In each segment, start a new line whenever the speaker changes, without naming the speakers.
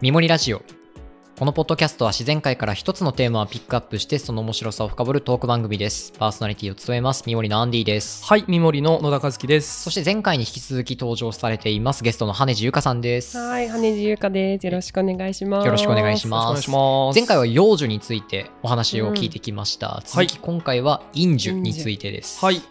みもりラジオ。このポッドキャストは自然界から一つのテーマをピックアップしてその面白さを深掘るトーク番組です。パーソナリティを務めます、みもりのアンディです。
はい、三森の野田和樹です。
そして前回に引き続き登場されています、ゲストの羽地ゆかさんです。
はい、羽地ゆかです。よろしくお願いします。
よろしくお願いし
よ
ま
ろ
す
しくお願いします。
前回は幼樹についてお話を聞いてきました。続き今回は陰樹についてです。
はい、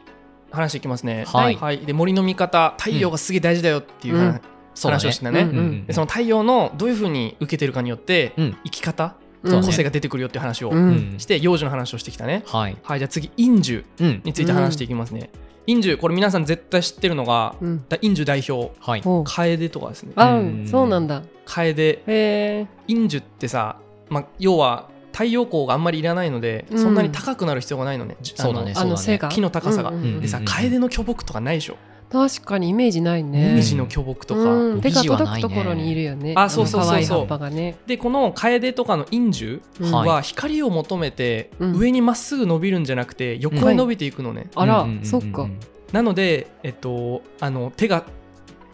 話していきますね。
はい
で森の見方、太陽がすげえ大事だよっていう
うん
話、
そうだ
話をしてたね
うんうん
でその太陽のどういう風に受けてるかによって、
うん
生き方、
うん
そうね
個性が出てくるよっていう話を
う
うんん
して、幼女の話をしてきたね。
はい。
はい、じゃあ次陰樹
うん。
について話していきますね。陰樹これ皆さん絶対知ってるのが、
うん。
だ陰樹代表
はい。
ほう
楓とかですね。
あ、
うん
そうなんだ。
楓
へえ。
陰樹ってさ、まあ、要は太陽光があんまりいらないので、
うん
そんなに高くなる必要がないのね。じ
そうだね
あの
あ
そうだ
の背が
木の高さが
うんうん
うん
でさ、楓の巨木とかないでしょ。
確かにイメージないね。
紅
イメージ
葉の巨木とか。
うん、手が
帯地はないね
届くところにいるよね。
あそう
そうそうそう
あの可愛い葉っぱがね。
でこの楓とかの陰樹
うん
はい
は光を求めて
うん
上にまっすぐ伸びるんじゃなくて横へ伸びていくのね、
あら、
うんうんうんうん
そっか。
なので、えっと、あの手が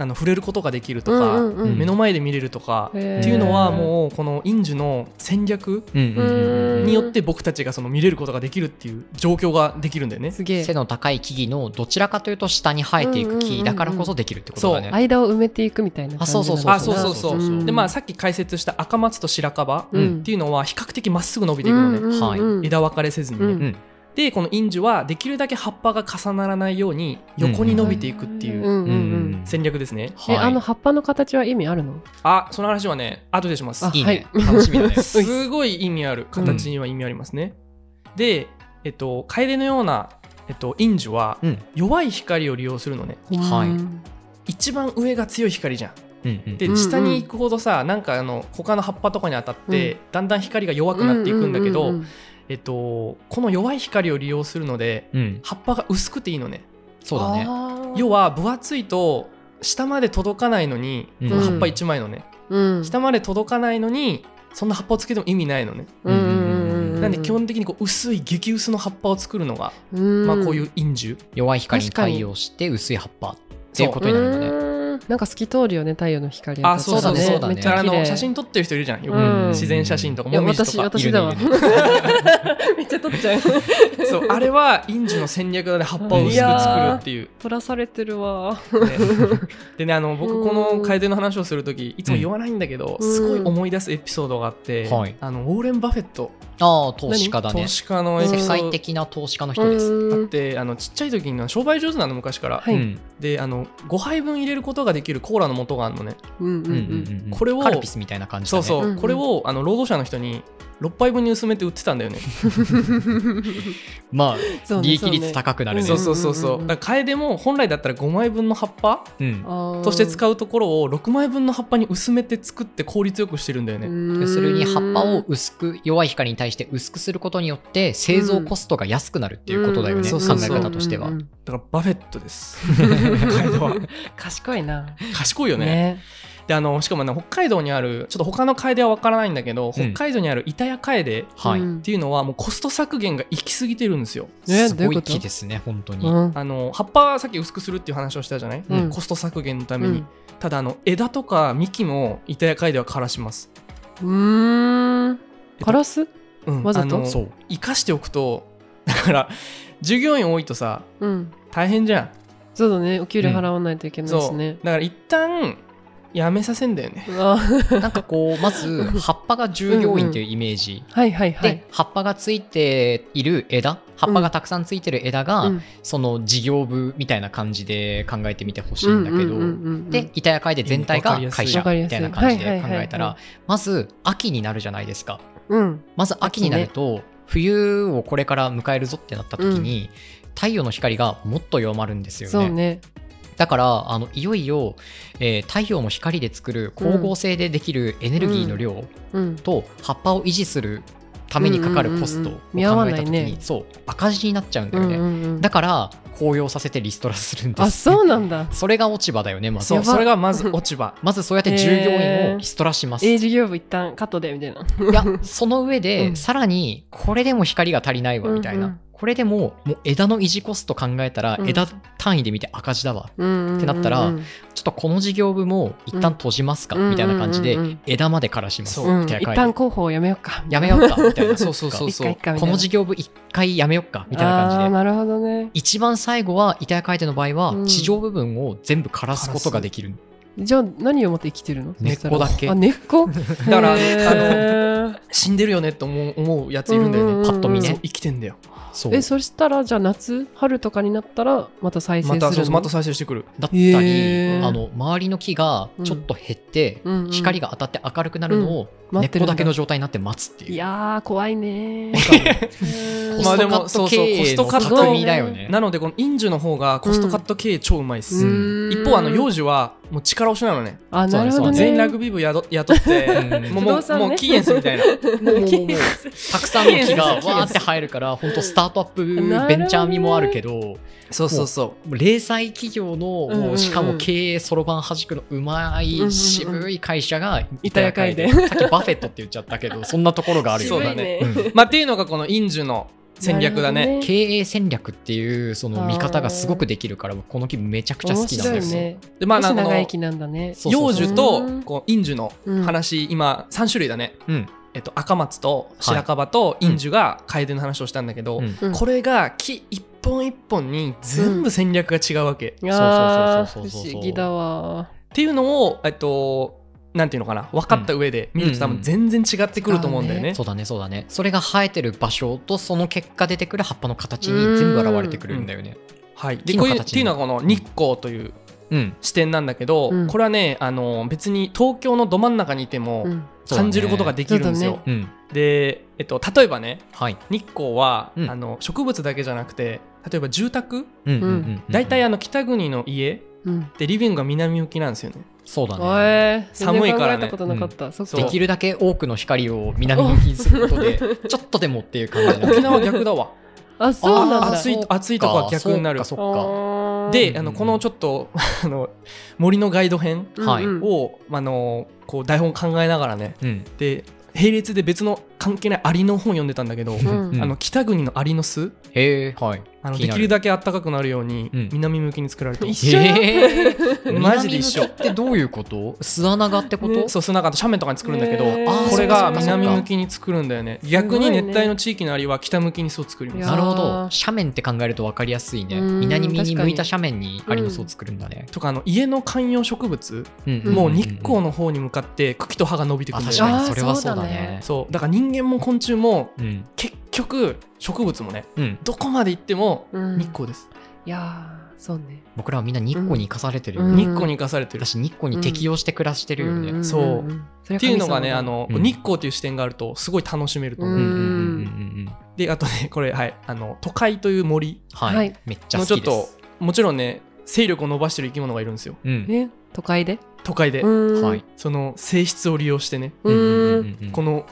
あの触れることができると
う
か、
んうんうん。
目
目の前で見れるとか、
へー
っていうのはもうこの陰樹の戦略
うんうんうんうん
によって僕たちがその見れることができるっていう状況ができるんだよね。
すげ
背
え。
の高い木々のどちらかというと下に生えていく
うんうんうんう
木
ん
だからこそできるってことだね。
間を埋めていくみたいな感じなのかな
あそうそうそう
うん
でまあさっき解説した赤松と白樺
うん
っていうのは比較的まっすぐ伸びていくのね、
うんうんうん
はい
枝分かれせずにね。
うん
うん
でこのインジュはできるだけ葉っぱが重ならないように横に伸びていくっていううん
うんうん。
戦略ですね。
は
え、
い、
あの葉っぱの形は意味あるの？
あその話はね後でします
あ。
いいね
はい
楽しみだ ね
すごい意味ある形には意味ありますね。でえっと楓のようなえっとインジュは
うん
弱い光を利用するのね。
はい
うん
一番上が強い光じゃ
う
ん。
んうん
で
うん
下に行くほどさなんかあの他の葉っぱとかに当たって、
うん
だんだん光が弱くなっていくんだけど、
うううん
えっとこの弱い光を利用するので
うん
葉っぱが薄くていいのね。
そうだね。
あー
要は分厚いと下まで届かないのに、
うん
この葉っぱ1枚のね
うん
下まで届かないのにそんな葉っぱをつけても意味ないのね、
うんうんうんうん
なんで基本的にこう薄い激薄の葉っぱを作るのが、
うん
まあこういう陰樹
弱い光に
確かに
対応して薄い葉っぱって
そ
いう
う
こと
う
になるのね。
ーんなんか透き通るよね太陽の光
あそうそうそう
だね
めっ
だか
ち
ら
ゃ
あ
綺
の
麗
写真撮ってる人いるじゃんよく、
うん
自然写真とか
いや
もみじと
私
か
私だわ
いる
めっちゃ撮っち ゃう
そうあれは陰樹の戦略だね葉っぱを薄く作るっていう
撮らされてるわ
ね でねあの僕こ
う
の
ん
楓の話をする時いつも言わないんだけど、
うん
すごい思い出すエピソードがあって、
はい
あのウォーレン・バフェット
ああ投資家だね
投。資家のエピ
世
ソード
界的な投資家の人です。
あってあのちっちゃい時に商売上手なの昔から、
はい
うん
であの5杯分入れることができるコーラの素があるのね、
うんうん
う
う
んうん
ん
うんうん
これを
カルピスみたいな感じだ
そう
ね。
そう、
うんうん
これをあの労働者の人に6杯分に薄めて売ってたんだよね
ま
そう
あ
ね
利益率高くなるね。
そうそうそう
うん
そ
うんうんう
うんだから楓も本来だったら5枚分の葉っぱ
うん
として
う
使うところを6枚分の葉っぱに薄めて作って効率よくしてるんだよね、
ね
要するに葉っぱを薄く弱い光に対して薄くすることによって製造コストが安くなるっていうことだよね、
うんうん
考え方としては、
だからバフェットです楓は
賢いな
賢いよねであのしかもね北海道にあるちょっと他の楓は分からないんだけど
うん
北海道にある板谷楓
はい、
うん
っていうのはもうコスト削減が行き過ぎてるんですよ。
え
す
どういう
ご
こ
い
と
木ですね本当に、
うん
あの葉っぱはさっき薄くするっていう話をしたじゃない、
うん
コスト削減のために、ただあの枝とか幹も板谷楓は枯らします、
うんうーんカラス
うん
わざと
あの
そう
生かしておくと だから従業員多いとさ
うん
大変じゃ
そうだねお給料払わないといけ
ん、
ない
そ
し
う
ね
だから一旦やめさせんだよね
うわ
なんかこうまず葉っぱが従業員というイメージ、
はいはいは
で
い
葉っぱがついている枝葉っぱがたくさんついてる枝が、
うん
その事業部みたいな感じで考えてみてほしいんだけど、
うんうんうんうん
で板谷会で全体が会社
わかり
み
やす
た
い
いな感じで考
はいはい
え
は
た
いは
らまず秋になるじゃないですか
うん
まず秋になると、冬をこれから迎えるぞってなった時に、太陽の光がもっと弱まるんですよ
そう
ね
ね
だからあのいよいよ、えー太陽の光で作る光合成でできるエネルギーの量
うん
と葉っぱを維持するためにかかるコストを考
うんうんうんうん見
え
合わな
た
い
時
ね
にそう赤字になっちゃうんだ
う
よ
んう
ね、
んうん
だから紅葉させてリストラするんです
あそうな んだ
それが落ち葉だよねまず
そう
やば
それがまず落ち葉
まずそうやって従業員をリストラします、
A 事業部一旦カットでみたいない
やその上で、
うん
さらにこれでも光が足りないわみたいな、
うんうん
これでももう枝の維持コスト考えたら
うん
枝単位で見て赤字だわ、
うん
ってなったらちょっとこの事業部も一旦閉じますか、みたいな感じで枝までからします
そ
み
う
たい
一
な
般
感じ
候補をやめようか。
でやめようかみたいな
そうそうそうそう
一回一回みたいな
この事業部一回やめようかみたいな
あー
感じで
なるほどね。
一番最後は板谷回転の場合
う
は
ん
地上部分を全部枯らすことができる、
じゃあ何を持って生きてるの
根っこだけ
あ、根っこだ
だから
あの、
死んでるよねって思う思うやついるんだよね、
うんうんうん
パッと見ね
そう
生きてんだよ
そう
え、そしたら、じゃあ夏、春とかになったら、また再生す
ま
るの
たそうそうまた再生してくる
だったり、
へー
あの周りの木がちょっと減って、
うんうん
光が当たって明るくなるのを
うん
根っこだけの
待
状態になって待つっていう
いやー、怖いね
コ
ー。
まあ
ス
で
ト
も
カット経営の
そうそうコストカ
ット
匠だよね。
なのでこのインジュの方がコストカット経営超うまいっす、
うん
一方あの幼児はもう力押しなのね
あ、なるほ
そうな
ど
んですよ
全
ね。
員ラグビー部雇雇って
うん
もう
不
も
動
う
産ね
もうキーエンスみたい な
もうもうもう
経営
たくさんの木がわーって生えるから本当スタートアップベンチャー味もあるけど
そうそうそ
零細企業のもう
うんうんうん
しかも経営そろばんはじくのうま
うんうんうん
い渋い会社が
板谷会で
さっきバフェットって言っちゃったけど そんなところがあるよ
そうだ
ね
うん
うまあっていうのがこのインジュの戦略だね。
経営戦略っていうその見方がすごくできるからこの木めちゃくちゃ好
面
きなん
白
で
い
すよ。
ね。
でまあな
少し
んかこ
長
の
生きなんだね。
そうそう
幼
そう
樹
うん
とこうインジュの
うん
話、今3種類だね、
うん
えっと、赤松と白樺とインジュが楓の話をしたんだけど、
うん
うん
これが木一本一本に全部戦略が違うわけ、っ
あー
そうそうそうそうそうそう
不思議だわ。
ていうのをえっとなんていうのかな分かった上で見ると多分全然違ってくると思うんだよね。
そうだねそうだねそれが生えてる場所とその結果出てくる葉っぱの形に全部現れてくるんだよね
はい、で
木の
こういうっ
形に
ていうのはこの日光という
うん
視点なんだけど、
うん
これはねあの別に東京のど真ん中にいて
う
も
ん
感じることができるんですよ。
そうだ
うん
で、えっと、例えばね
はい
日光は、
うん
あの植物だけじゃなくて例えば住宅
うん
うんうん
大体あの北国の家
うん。
でリビングが南向きなんですよね。
そうだ
お
ね
えー、
寒いからね
全然考えたことなかった。そっ
そ
か
う
できるだけ多くの光を南向きにすることでちょっとでもっていう感じ
沖縄は逆だ わ。
あ、そうなん
あ
だ。
暑い暑いとこは逆になる
そっか
あー
で、
うん
あのこのちょっとあの森のガイド編
うん
はい
うん
を、あのこう台本考えながらね
うん
で並列で別の関係ないアリの本読んでたんだけど、
ん
あの北国のアリの巣
へえはい
あの
気に
で
な
き
る
るだけ暖かくなるように
うん
南向きに作られてます、
一緒
へえ
マジで一緒
南向きってどういうこと巣穴がってこと
ね
そう砂川と斜面とかに作るんだけど、
へー
あー
これ
そ
が
っかそっか
南向きに作るんだよね
いね
逆に熱帯の地域のアリは北向きに巣を作り
い
ま
や
す
ー
なるほど斜面って考えると分かりやすいね
うん
南に
確か
向
に
いた斜面にアリの巣を作るんだね
とかあの家の観葉植物、
んんん
もう日光の方に向かって茎と葉が伸びてく
あ
るんだ
確
よ
かに
ね
あー
それはそうだ
そうだ
ね
そうだから人間も昆虫も
うん
結局植物もね
うん
どこまで行っても
うん
日光です、
いやー、そうね。
僕らはみんな日光に生かされてるよね
うん
日光に生かされてる、
私日光に適応して暮らしてるよね。
んんん
そう
それ
っ
は神様だ
ていうのがねあの、
うん
日光という視点があるとすごい楽しめると思う、
うん
ん
うんうんうん
であとねこれはいあの都会という森
はい、
はい
めっちゃ
の
好
ちょっ
きで
と
す。
もちろんね勢力を伸ばしてる生き物がいるんですよ
うん
ね、都会で。
都会で、
うん
はい。
その性質を利用してね、
うんうんう
う
ん
ん。
うん
この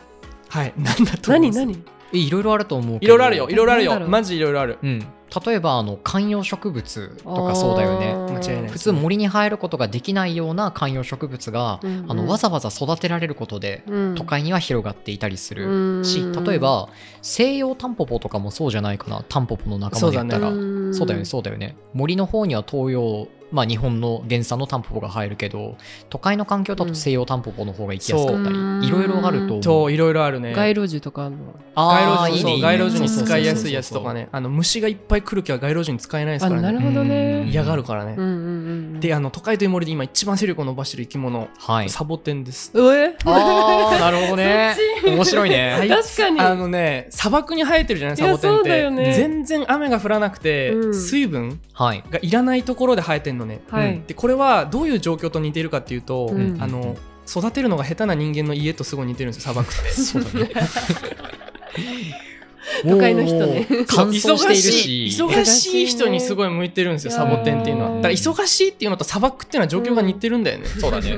はい何だと思い
何
ます
何
えいろいろあると思うけど。
いろいろあるよいろいろある
なんだ
よ
ろう
マジいろいろある
うん。例えばあの観葉植物とかそうだよね。
間違いない
普通森に生えることができないような観葉植物が、あのわざわざ育てられることで都
都
会には広がっていたりする。し
し
例え、ば西洋タンポポとかもそうじゃないかなタンポポの仲間で言ったら
ん
そうだよね、そうだよね。森の方には東洋、まあ日本の原産のタンポポが入るけど、都会の環境だ
う
と
ん
西洋タンポポの方が行きやすかった
そううん
り、いろいろあると思
そう
う。
いろいろあるね
街路樹とかあるの
あー
街路樹そう
いいね
街路樹に
そうそうそう
使いやすいやつとかねあの虫がいっぱい来る木は街路樹に使えないです
あ、
から
な
ね
るほど
うん
ね。
嫌がるからね、
うんうんうん。
であの都会という森で今一番勢力を伸ばしてる生き物、
はい。
サボテンです
うえ
あ ー、なるほどね。
そっち
面白い
あい
ね。
つ
確かに
あのね砂漠に生えてるじゃない
い
サ
や
ボテンっ
そうだ
て、
よね
全然雨が降らなくて、
うん
水分
はい。
がいらないところで生えてんのね
は
う
い。
でこれはどういう状況と似てるかっていうと、
うん
あの育てるのが下手な人間の家とすごい似てるんですよ砂漠 って
そうだね。
都会の人ね
おー。乾燥しているし。
忙しい忙しい人にすごい向いてるんですよサボテンっていうのはだから忙しいっていうのと砂漠っていうのは状況が似てるんだよね、
そうだ ね。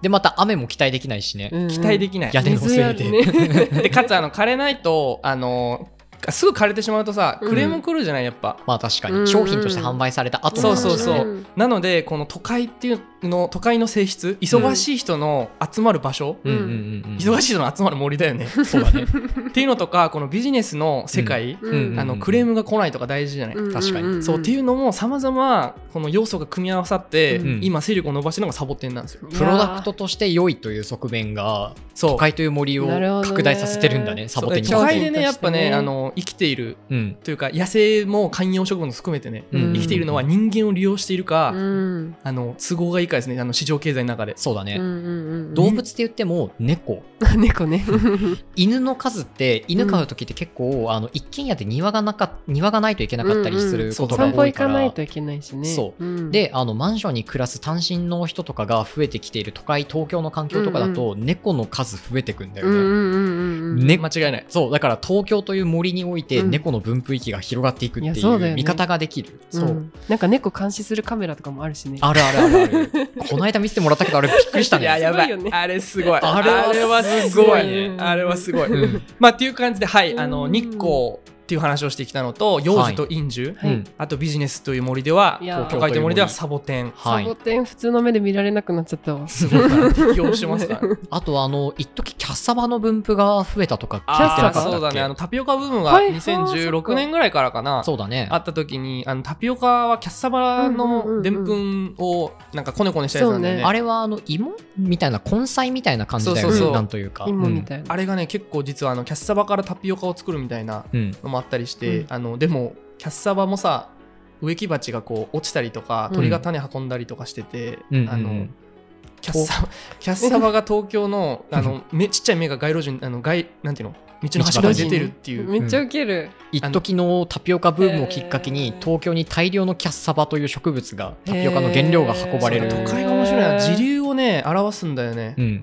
で、また雨も期待できないしね。
期待できない
屋根の
水
せ
あ
い
る
で。
ね。
でかつあの枯れないとあのすぐ枯れてしまうとさクレーム来るじゃないやっぱ、
まあ確か
う
に
ん
商品として販売された後
そ
の
う
話だ
そう
ね
そうなのでこの都会っていうの都会の性質忙しい人の集まる場所、
うんうんうんうん。
忙しい人の集まる森 だよね。
い。そう だね。
っていうのとかこのビジネスの世界、
うんうん
あのクレームが来ないとか大事じゃない、
うん
確かに
そうっていうのもさまざまこの要素が組み合わさって、
うん
今勢力を伸ばしてるのがサボテンなんですよ。
プロダクトとして良いという側面が
そう
都会という森を
なるほどね
拡大させてるんだね、サボテンに
そう
は
都
そう
会でねやっぱね
うん
あの生きている
うん。
というか野生も観葉植物も含めてね、
うん
生きているのは人間を利用しているか、
うん
あの都合がいいかですねあの市場経済の中で。
そうだね、
うんうんうん
動物って言っても猫、
猫ね
犬の数って犬飼う時って結構、あの一軒家で庭がなか庭がないといけなかったりす
うんう
る
ん
ことが
散歩
多い
行
か。
からないといけないしね
そ
うん
であのマンションに暮らす単身の人とかが増えてきている都会東京の環境とかだと、猫の数増えてくんだよ
うん
ね、
うんうんうん
ね
間違いない。
そうだから東京という森において
うん
猫の分布域が広がっていくって
いや
い
そうだよ
う
ね
見方ができる、
うんなんか猫監視するカメラとかもあるしね
あるあるあるある この間見せてもらったけどあれびっくりした
いや
ね
やば
すごいよ
い
ね
あれすごい
あれは
あれはす
すご
ご
い
い
ね
あれはすごい、
うん
まあっていう感じではいあの
うん
日光っていう話をしてきたのと幼児と陰樹、
はい
うん
あとビジネスという森ではい
や
都会という森ではサボテン
は
サボ
い
テン普通の目で見られなくなっちゃったわ
すごいから適用してます からね
あとはあの一時キャッサバの分布が増えたとか聞い
あ
て
ー
なかったっけ
そうだねあのタピオカブームが
はいあーそっ
2016
か
年ぐらいからかな
そうだね
あった時にあのタピオカはキャッサバのでんぷんをなんかこねこねしたやつなんで
そう
ね
ね
あれはあの芋みたいな根菜みたいな感じだよ
そう
そうそ
ね
う
なんというか
芋みたいな
あれがね結構実はあのキャッサバからタピオカを作るみたいな
うん、うん
のもあったりして、
うん
あのでもキャッサバもさ植木鉢がこう落ちたりとか
うん
鳥が種運んだりとかしてて、
うん
あ
うんう
の
ん
キャッサバ キャッサバが東京のあのめちっちゃい芽が街路樹にあの街なんていうの道の端から出てるっていう。
めっちゃウケる
一時のタピオカブームをきっかけに東京に大量のキャッサバという植物がタピオカの原料が運ば
そう
れ
だ
る、
へ
都
ー
会が面白いな時流をね表すんだよね、
うん、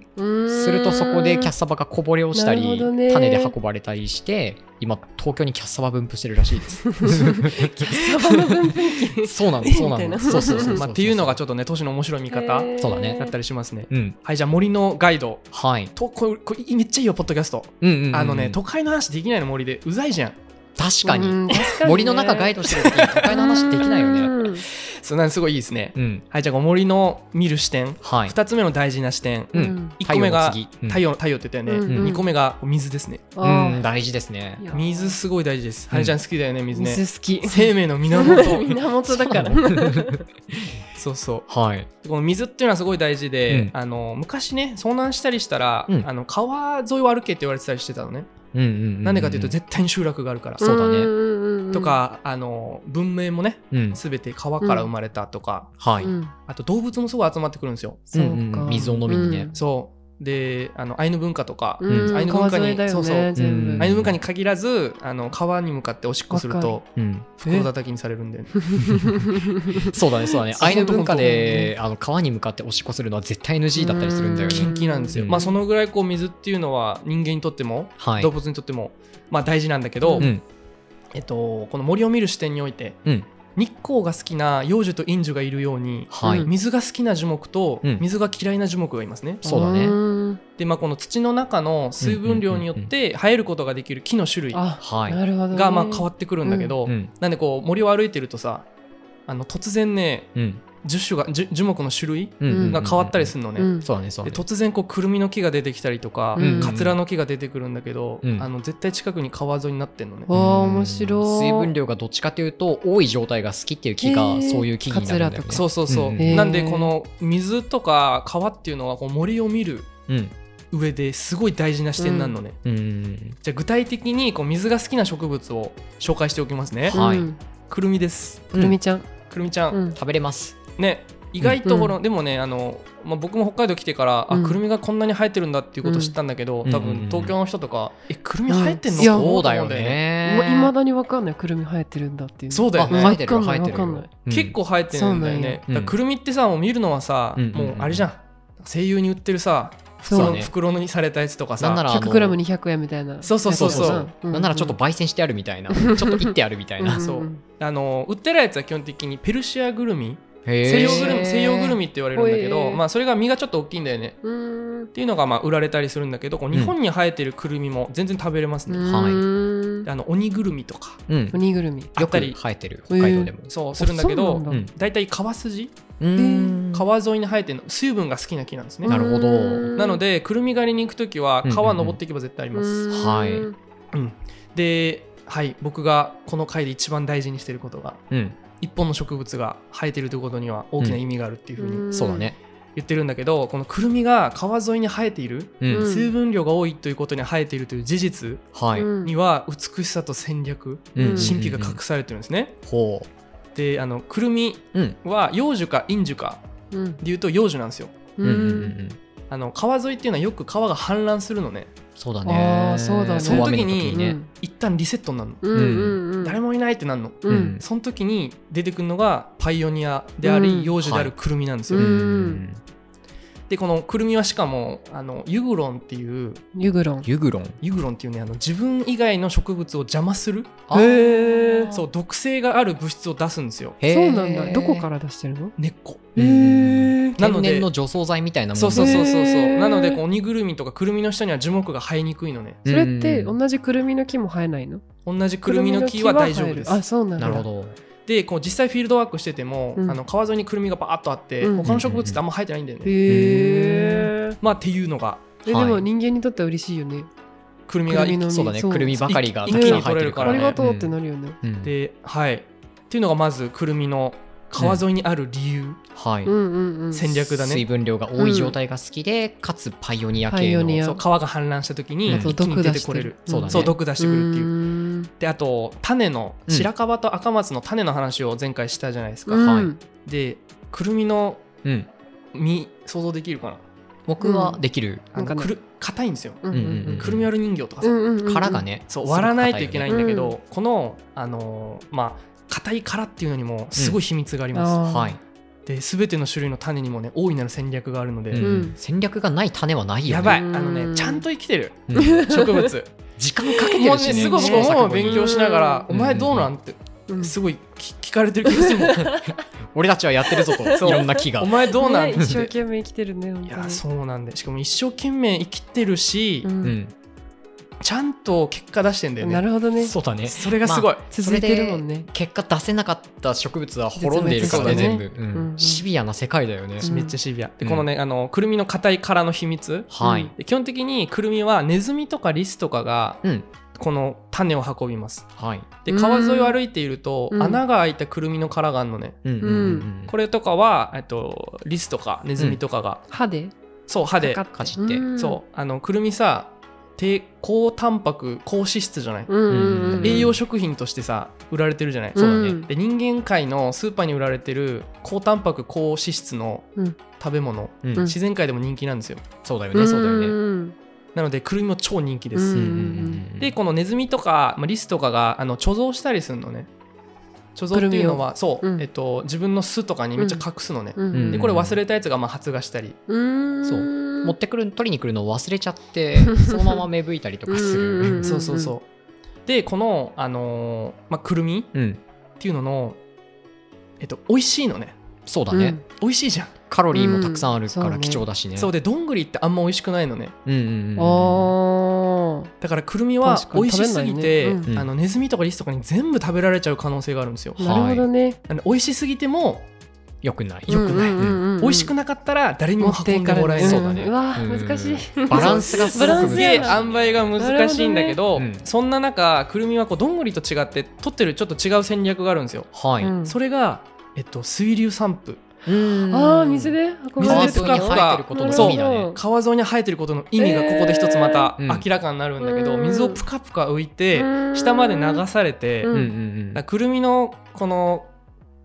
す
す
るとそこでキャッサバがこぼれ落ちた
な
り
るほどね
種で運ばれたりして今東京にキャッサバ分布してるらしいです
キャッサバの分布 域
そうなのそうな
みたい
の
な
そうそうそうそう
まあ、っていうのがちょ
ょっ
っとね都市の面白い見方
へー
そうだね
だったりしますね、
とうん
はいじゃあ森のガイド
はい、
とこれこれめっちゃいいよポッドキャスト、
うんうんうんうん
あのね都会の話できないの森でうざいじゃん
確かに、
うん確かにね
森の中ガイドしてる時に都会の話できないよね
うん
そうなんですごいいいですね、
うん
はいじゃあこう森の見る視点
はい
2つ目の大事な視点
うん
うん
1個目が
太陽の次うん
太陽太陽って言ったよね、
うん
2個目が水ですね
あ
う
ー
ん大事ですね
いや
水すごい大事ですはるちゃん好きだよね水ね
水好き
生命の 源
源だから
そうなの
そうそ
はい、
うこの水っていうのはすごい大事で、
う
あの昔ね遭難したりしたら、
うん
あの川沿いを歩けって言われてたりしてたのね
うんうんうん
なんでかというと絶対に集落があるから、
そうだね
ね
とかあの文明もね
うん
全て川から生まれたとか、
はい、
うん
あと動物もすごい集まってくるんですよ
そう
うん
か
うん水を飲みにね
そうであのアイヌ文化とか、
うん
アイヌ文化に
川沿いだよね
そうそう
全部
うん
アイヌ文化に限らずあの川に向かっておしっこする
わ
と
うん、
袋叩きにされるんだよね
そうだねそうだね
そう
アイヌ文化であの川に向かっておしっこするのは絶対 NG だったりするんだよ
う
ね、
ん
禁忌なんですよ、
うん
まあそのぐらいこう水っていうのは人間にとっても
はい
動物にとってもまあ大事なんだけど、
うん
えっと、この森を見る視点において
うん
日光が好きな幼樹と陰樹がいるように
はい、
うん
水が好きな樹木と
うん
水が嫌いな樹木がいますね、
そうだね
ん
で、まあ、この土の中の水分量によって生えることができる木の種類が
あ
はい
なるほどね
まあ変わってくるんだけど、
うん
なんでこう森を歩いてるとさあの突然ね
うん
樹種が樹樹木の種類
うんうん
が変わったりするのね、
うん
そうだねそう
で
だね
突然こうくるみの木が出てきたりとか、
うん
カツラの木が出てくるんだけど、
うん
あの絶対近くに川沿いになってんのね、
わあ面白い
水分量がどっちかというと多い状態が好きっていう木
へ
が
ー
そういう木になるんだよね
カツラとか
そうそうそう、
うん
へー
なんでこの水とか川っていうのはこう森を見る
うん
上ですごい大事な視点なのね、
うん
じゃあ具体的にこう水が好きな植物を紹介しておきますね、
はいう
うん
くるみです
くるみちゃん
くるみちゃん、
うん
食べれます
ね意外とこの、
う
でもねあの、まあ、僕も北海道来てから、
うん
あくるみがこんなに生えてるんだっていうことを知ったんだけど、
うん
多
うんうんう
分
ん
東京の人とか、えくるみ生えてんの
いや
そうだよ
と思ん
ね
いまだにわかんないくるみ生えてるんだっていう
そうだよ
あ
ね
生えてるよ
わ
生
か
え
ん
て
ない
るよ
わかんない
うん
結構生えてるんだよ
そ
ね、
うなんや
だからくるみってさもう見るのはさ、
うん
もうあれじゃん声優に売ってるさ普
そ
通
う
の
ね
袋にされたやつとかさ
なんならあの
100g200 円みたいな
そうそうそうそう
やつじゃ
なんならちょっと焙煎してあるみたいなちょっといってあるみたい
うんうん
な
うん
そうあの売ってるやつは基本的にペルシアぐるみ
西
西洋ぐるみ西洋ぐるみって言われるんだけ
へ
ど、
ー
まあ、それが実がちょっと大きいんだよね
うん
っていうのがまあ売られたりするんだけどこう日本に生えてるくるみも全然食べれますね、
はい
うん
あの鬼ぐるみとか
うん
鬼ぐるみ
あ
よ
ったり
く生えてる北海道でも
そうするんだけ
あそう
ど
なん
うん
大体皮筋
うん
うん
川沿いに生えてるの水分が好きな木なんですね、
なるほど
うん
なのでくるみ狩りに行く時は
うん
川登っていけば絶対あります、
うん
はい
うんではい僕がこの回で一番大事にしてることが
うん。
一本の植物が生えてるってことには大きな意味があるっていうふうに
ん
そうだね。
言ってるんだけど、このくるみが川沿いに生えている、
うん。
うん
水分量が多いということに生えているという事実
はい。
うん
には美しさと戦略
うん
神秘が隠されてるんですね。
ほ
であのくるみ
う。うん。
は幼樹か陰樹か
うん
でいうと幼樹なんですよ。
う
うんうんうんうんん。
あの川沿いっていうのはよく川が氾濫するのね
そうだね。
あーそうだね
その時
大雨の時に
に
ね
うん
一旦リセットになるの、
うんうんうん
誰もいないってなるの、
う
うんん
その時に出てくるのがパイオニアであり、
うん
幼樹であるくるみなんですよ、
うん
でこのくるみはしかもあのユグロンっていう
ユグロン
ユグロン。
ユグロンっていうねあの自分以外の植物を邪魔する
あー
へー
そう毒性がある物質を出すんですよ
へー
そうなんだどこから出してるの
根っこ
うん
へー
なの
天然
で
の除草剤みたいなもん
そうそうそうそうそ
へ
う
ー
なのでこう鬼ぐるみとかくるみの下には樹木が生えにくいのね
それって
うん
同じくるみの木も生えないの
同じくるみの木は大丈夫で
くるみの木は生えるあ
す
そうなん
な
だ
るほど。
でこう実際フィールドワークしてても、
うん
あの川沿いにくるみがバーッとあって、
うん
他の植物ってあんま生えてないんだよね、
へー
まあっていうのが
えで
はい
も人間にとっては嬉しいよね
くるみが
くるみの実
そうだね。
そう
くるみばかりが
一
た
気
く
に
さん生えてるか
取
ら
あ
れ
り
る
ね
がとうってなるよね
うんうん
ではいっていうのがまずくるみの川沿いにある理由、
はい
うん。うんうん
戦略だね
水分量が多い状態が好きで、かつパイオニア
パ
系
イオ
の
ニア
そう川が氾濫した時に
うん
一気に出てこれる、
そうだね
そう毒出してくるっていう、
う
であと種の
うん
白樺と赤松の種の話を前回したじゃないですか、
ーん
はい
うん
でくるみの
うん、
実想像できるかな
僕はできる、
あの
なんかね
くる硬いんですよ、
うん
うんうん
くるみ割る人形とかさ、
うんうん
殻がね
そう割らないといけない
す
んだけ
う
ど、このあのーまあ硬い殻っていうのにもすごい秘密があります、
ごく硬いはい、
で全ての種類の種にもね大いなる戦略があるので、
うん
うん
戦略がない種はないよ
や
ね
ばいあの
う
ね
ん
ちゃんと生きてる
うん
植物
時間かけてる
もうね
しね
すごい
試
僕
行錯
も
誤に
勉強しながら
う
「お
ん
前どうなん?」って
うん
すごい聞聞かれてる気がするもん
俺たちはやってるぞと
そう
いろんな木
「
が
お前どうなん?」っ
ね
て
一生懸命生きてるね本
い
当に
やそうなんでしかも一生懸命生きてるし、
うん
うん、
ちゃんと結果出してんだよね
なるほどね
そうだね
それがすごい、
それ
続い
で
てるもんね
結果出せなかった植物は滅んでいるからね
絶
全
滅
部、うん
うんうん
シビアな世界だよね、
うん
めっちゃシビア、で
うん
このねあのくるみの硬い殻の秘密
はい、
で基本的にくるみはネズミとかリスとかが
うん
この種を運びます
はい
で
うん
川沿いを歩いていると、
うん
穴が開いたくるみの殻があるのね
うんうんうん
これとかは、えっと、リスとかネズミとかが、
歯で
そう歯で
かか
かじって
うん
そうあのくるみさ低高タンパク高脂質じゃない、
うんうんうん
栄養食品としてさ売られてるじゃない、
うん
そうだね
で人間界のスーパーに売られてる高タンパク高脂質の
うん
食べ物、
うん
うん
自然界でも人気なんですよ
そうだよねそうだよね、
ね
なのでくるみも超人気です、
うん
でこのネズミとか、まあ、リスとかがあの貯蔵したりするのね貯蔵っていうのはそう、
うん
えっと、自分の巣とかにめっちゃ隠すのね、
うん
うん
でこれ忘れたやつがまあ発芽したり
うん
そう持ってくる取りに来るのを忘れちゃってそのまま芽吹いたりとかす
うんうん
る
ん
そうそうそう。でこの、あのーまあ、くるみっ
うん
ていうのの、えっと、美味しいのね
そうだね、
うん
美味しいじゃん、
カロリーもたくさんあるか
うんそ
ら
うね
貴重だしね。
そうでどんぐりってあんま美味しくないのね
うんうんうん。
あ
だからくるみは
確か
美
に
味しすぎて、
べ
食
ないねうん
あのネズミとかリスとかに全部食べられちゃう可能性があるんですよ、
あなるほどね
あの美味しすぎても
よくない。
よくない
ない
美味しく
な
なかったら誰にも運んでもらえない
持
そ
っ
う
ていか
だ
れる
ね
うわ
うん
難しい
バランスがすごく
バラン
難し
す
ス
い。
げえ
や
塩梅が難しいんだけ
なるほ
ど
どねうん
そんな中くるみはこうどんぐりと違って取ってるちょっと違う戦略があるんですよ
はい。
うん
それが、えっと、水流散布
あー水で運ば
水で
水
れて
使
でふ
に
か
生えて
ふ
る
か
ことの意味だ
なる
ね
ほ。
川沿いに生えてることの意味がここで一つまた
うん
明らかになるんだけど、
うん
水をプカプカ浮いて
うん
下まで流されて、
う
うんんう
だか
んう
ら
ん。
くるみのこの、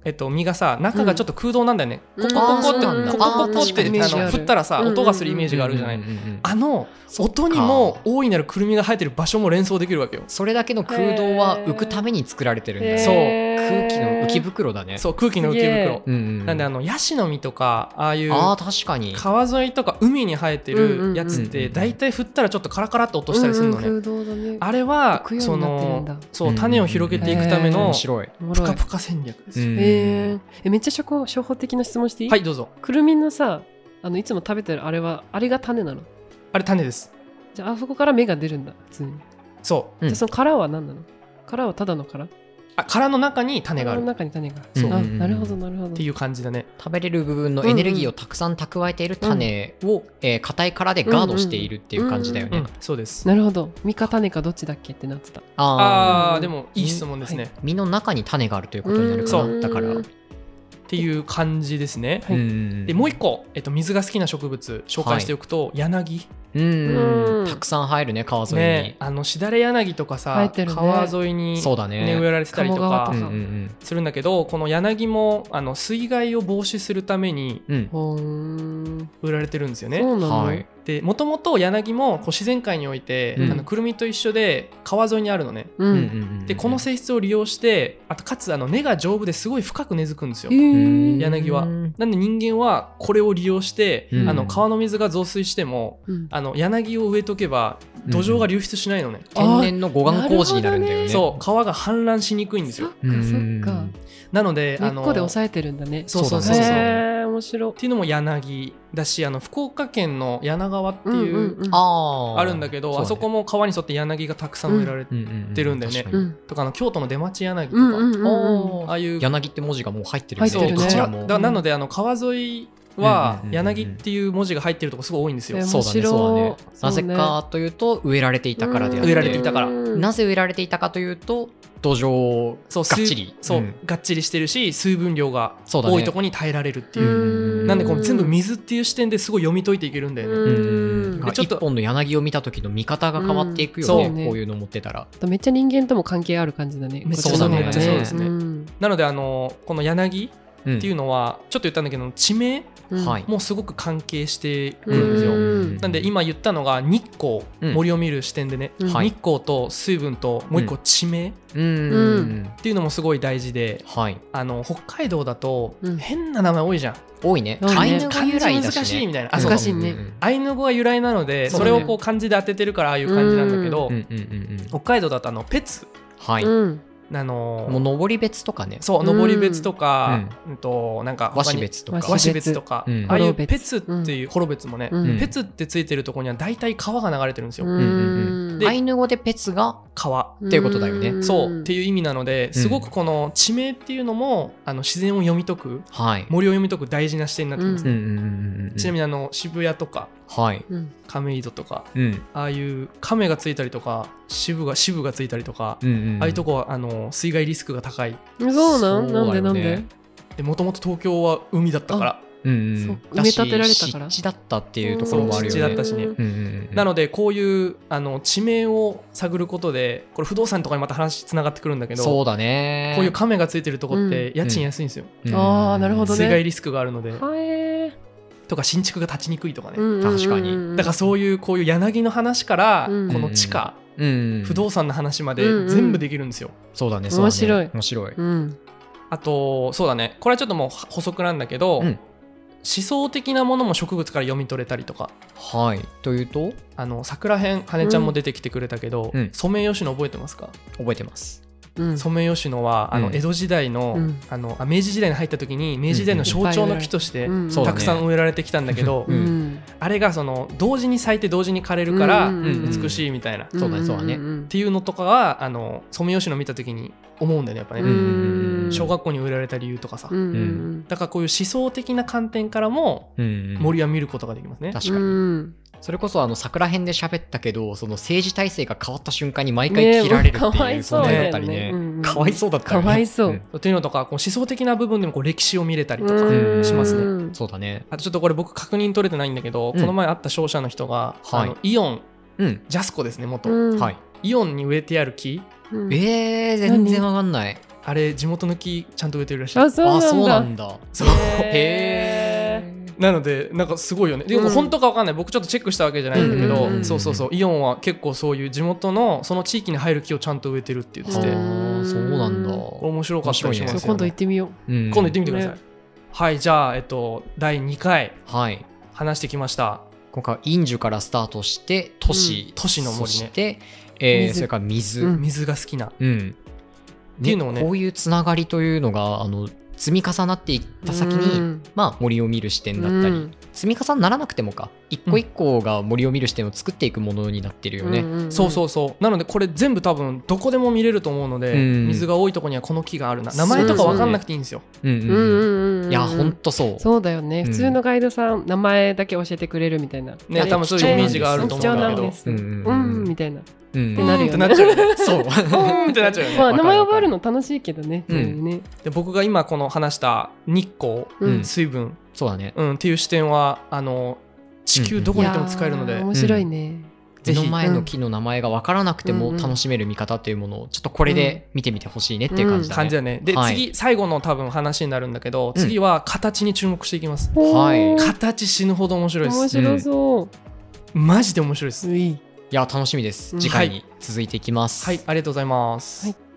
えっと、実がさ中がちょっと空洞なんだよね、
うん
ココココって
うん
ココココって
あー確かに
あ
イメージあ
の
る
振ったらさ
うん
音がするイメージがあるじゃない、
うんうんうんうん
あの音にも大いなるくるみが生えてる場所も連想できるわけよ
それだけの空洞は浮くために作られてるんだね。
そう
空気の浮き
ぶ
袋だね。
そう空気の浮き
すげえ
袋、
うんうん。
なんであのヤシの実とかああいう
あー確かに。
川沿いとか海に生えてるやつっ
うんうんう
て
ん
大体振ったらちょっとカラカラっと落としたりするのね、
空洞だね
あれは
浮くよ
そう
になってるんだ
のそう種を広げていくため
うん
の
面白い。
おも
ぷ
ろ
か
い
ぷか戦略です、
うん
えーえめっちゃ初歩初歩的な質問していい
はいどうぞ
くるみのさあのいつも食べてるあれはあれが種なの
あれ種です
じゃああそこから芽が出るんだ普通にじ
そう
うん
ゃあその殻は何なの殻はただの殻
あ殻の中に種があ
体
る
の
っ
中に種がある。
そう
あ、なるほど、なるほど。
ていう感じだね
食べれる部分のエネルギーをたくさん蓄えている種を、えー硬い殻でガードしているっていう感じだよ
う
ね。
んそうです
なるほど。ミカ種かどっちだっけってなってた。
あ
あ
う
ー
ん
でもいい質問ですね、
は
っ
身の中に種があるということになるか
う
な。
ん
だから。
うん
ていう感じですね、
はい
でもう一個、えっと、水が好きな植物紹介しておくと、柳
うん
うん
たくさん入るね川沿いに、
ねあのしだれ柳とか
生え
さ、
てるね
川沿いに、
そうだね
ね植えられてたりと
鴨川
か
と
うん
か
うんうん
するんだけどこの柳もあの水害を防止するために
うん
ほーん。
売られてるんですよ
そ
ね
うなの、
はい
でもともと柳もこう自然界において、
うん
あのくるみと一緒で川沿いにあるのね
う。
うんんうんうん
でこの性質を利用してあとかつあの根が丈夫ですごい深く根付くんですよ
えー
柳は
うん
なんで人間はこれを利用して、
うん
あの川の水が増水しても
うん
あの柳を植えとけば土壌が流出しないのね、
天然の護岸工事になるんだよね
あー
そう川が氾濫しにくいんです
そっ
よ
か、
うん
そっか。
なので
根っ
の
こで抑えてるんだね。
そうそう
そ
そうう
だ
そう
ね
っ
へー、面白。
ていうのも柳だしあの福岡県の柳川って
うん
いう、
うんうん。
あー
あるんだけど
う
あ
だね
そこも川に沿って柳がたくさん植えられて、
うんうんうん
出るんだよね
確か
う
に
ん。
とかあの京都の出町柳とか、
うんうんうんうん。
おー
ああいう
柳って文字がもう入ってるよ
入ってるね
こちら
川
も
だからなのであの川沿いは
うんうんうんうん
柳っていう文字が入ってるとこすごい多いんですよ、
でも
そうだねそうだね
面白い
なぜかというと植えられていたからであって
植えられていたから
うん
なぜ植えられていたかというと土壌を
そ
がっ
う水
ちり
そう、
ん
がっちりしてるし水分量が
そうだね
多いとこに耐えられるっていう、
うん
なんでこの全部
見
水っていう視点ですごい読み解いていけるんだよね、
うん
でちょっと
一本の柳を見た時の見方が変わっていくよ
うんそ
ね、
うね
こういうの持ってたら。
めっちゃ人間とも関係ある感じだね。
めっ
ちゃそうだね
こっち
そう
の方が
です
ね
うん
なのであのこの柳
っ
っていう
の
のはちょっと言ったんだけど地名
うん
はい
もすごく関係してくるんですよ、
うん
なんで今言ったのが日光、
うん
森を見る視点でね、
うん
はい
日光と水分ともう一個地名っ
うんうん
う
ていうのもすごい大事で、
はい
あの北海道だと
うん
変な名前多いじゃん、
多いね。
多いね
アイヌ語
漢
由
字
来だ
難
し
しい
ね。
みたいな、あそう
難しいね
うん
アイヌ語が由来なので
そう
そ
だ
れ
ね
をこう漢字で当ててるからああいう感じなんだけど、
うんうんうんうん
北海道だとあのペツ
はい。
うん
あの
もう登り別とかね、
そう
うん
登り別とか、うんとなんか
和
他
紙
に
別とか。
和紙別とか、
うん
ああいう
幌別
ペツっていう滅別もね、
うん
ペツってついてるとこには大体川が流れてるんですよ、
んうん
うん
で
アイヌ語でペツが、
川
っていうことだよね
ん
そうっていう意味なので
ん
すごくこの地名っていうのもあの自然を読み解く
はい。
森を読み解く大事な視点になってます、
うん
ちな
に、
みにあの渋谷とか
はい。
うん
亀戸とか
うん
ああいう亀がついたりとか渋が渋がついたりとか、
うんうん
ああいうとこはあの水害リスクが高い
そうなんなん
そうだ
でな
よ
ん
ね
で
でもともと東京は海だったから
うんうん
そう
だし
埋め立てられたから
湿地だったっていうところもあるよね。
そう湿地だったしね
うんうんうん
なのでこういうあの地名を探ることでこれ不動産とかにまた話つながってくるんだけど
そうだね。
こういう亀がついてるとこって家賃安いんですよ、
うん
あーなるほどね
水害リスクがあるので
はえ
とか新築が立ちにくいとかね、
確かに
だからそういうこういう柳の話から、
うん
この地下、
うん
不動産の話まで
うんうん
全部できるんですよ。
そうだね、そうだね。
面白い
面白い。
うん
あとそうだねこれはちょっともう補足なんだけど、
うん
思想的なものも植物から読み取れたりとか
はい。というと、
あの桜編羽根ちゃんも出てきてくれたけど、
うん
ソメイヨシノ覚えてますか、
覚えてます。
うん
ソメイヨシノはあ
う
の
ん
江戸時代の,、
うん
あのあ明治時代に入った時に明治時代の象徴の木として
うん
そうだ
た
ね
くさん植えられてきたんだけど、
うん
あれがその同時に咲いて同時に枯れるから
うん
うんうん
美しいみたいな、
そうだねそうだね
っ
ん
ていうのとかはあのソメイヨシノ見た時に思うんだよねやっぱね、
うんうん
小学校に植えられた理由とかさ、
うんうん
だからこういう思想的な観点からも
うん
森は見ることができますね、
確
う
かに。
ん
それこそ、あの、桜編で喋ったけど、その政治体制が変わった瞬間に毎
ね
回
え
切られるって
かわ
いう、
い
そ
そ
の
う
辺だ
だ
っ
よ
たりね。
ねうん
かわいそうだったよね。
かわいそう
というのとかこう思想的な部分でもこう歴史を見れたりとか、
うん
しますね
んそうだね。
あとちょっとこれ僕確認取れてないんだけど、
うん
この前会った商社の人が、
はい
あのイオン
うん。
ジャスコですね元、
うん
はい。
イオンに植えてある木
うん
えー、全然わかんない。
あれ地元の木ちゃんと植えてるらしい
あそう
あ、そうな
なんだ
んだ。
そう
へ
へ
ー。
なのでなんかすごいよねで
うん
も本当かわかんない僕ちょっとチェックしたわけじゃないんだけど、
うんうんうん
そうそうそうイオンは結構そういう地元のその地域に入る木をちゃんと植えてるって言ってて、
うん
あーそうなんだ。
これ面白かったりしま
面白いね
そう
す
今
よ
度
ね
行ってみよ
うん
今度行ってみてください、
ね
はいじゃあえっと第2回
はい。
話してきました
今回はインジュからスタートして都市、
うん都市の森ね
そして、えー、
水
それから水、う
うんん
水が好きな
ね
いうのをね
こういうつながりというのがあの積み重なっていっ
う
た先に、まあ、森を見る視点だったり、積み重ならなくてもか一個一個が森を見る視点を作っていくものになってるよね。
そうそううそうなのでこれ全部多分どこでも見れると思うので、
うん
水が多いとこにはこの木があるな名前とか分かんなくていいんですよ、
うんうん
うんうんうん。
いや、ほんとそう。
そうだよね。
ん
普通のガイドさん、名前だけ教えてくれるみたいな。
ね
あれ
多分そういうイメージがあると思うんだけど
貴重なんです
う
うん
うんうん
ん、みたいな。
うん
なるよね
ってなっちゃうよ ね
そう。
うんってなっちゃうよね
ま
わか
あ、名
る
前覚えるの楽しいけどね。
うん
そういうね。
で僕が今この話した日光
うん
水分、
そうだね。
うん、っていう視点はあの地球どこにいても使えるので、
いやー面白いね。
目
ぜひ
の前の木の名前が分からなくて
う
も
んうん
楽しめる見方というものをちょっとこれで見てみてほしいねっていう感じだ
感じ
ね。
だねで、
はい
次最後の多分話になるんだけど
うん
次は形に注目していきます、
はい
おー
形死ぬほど面白いで
面
す
白そう。
マジで面白いです
うい
いや楽しみです。
うん
次回
は
に続いていきます。
はいありがとうございます、
はい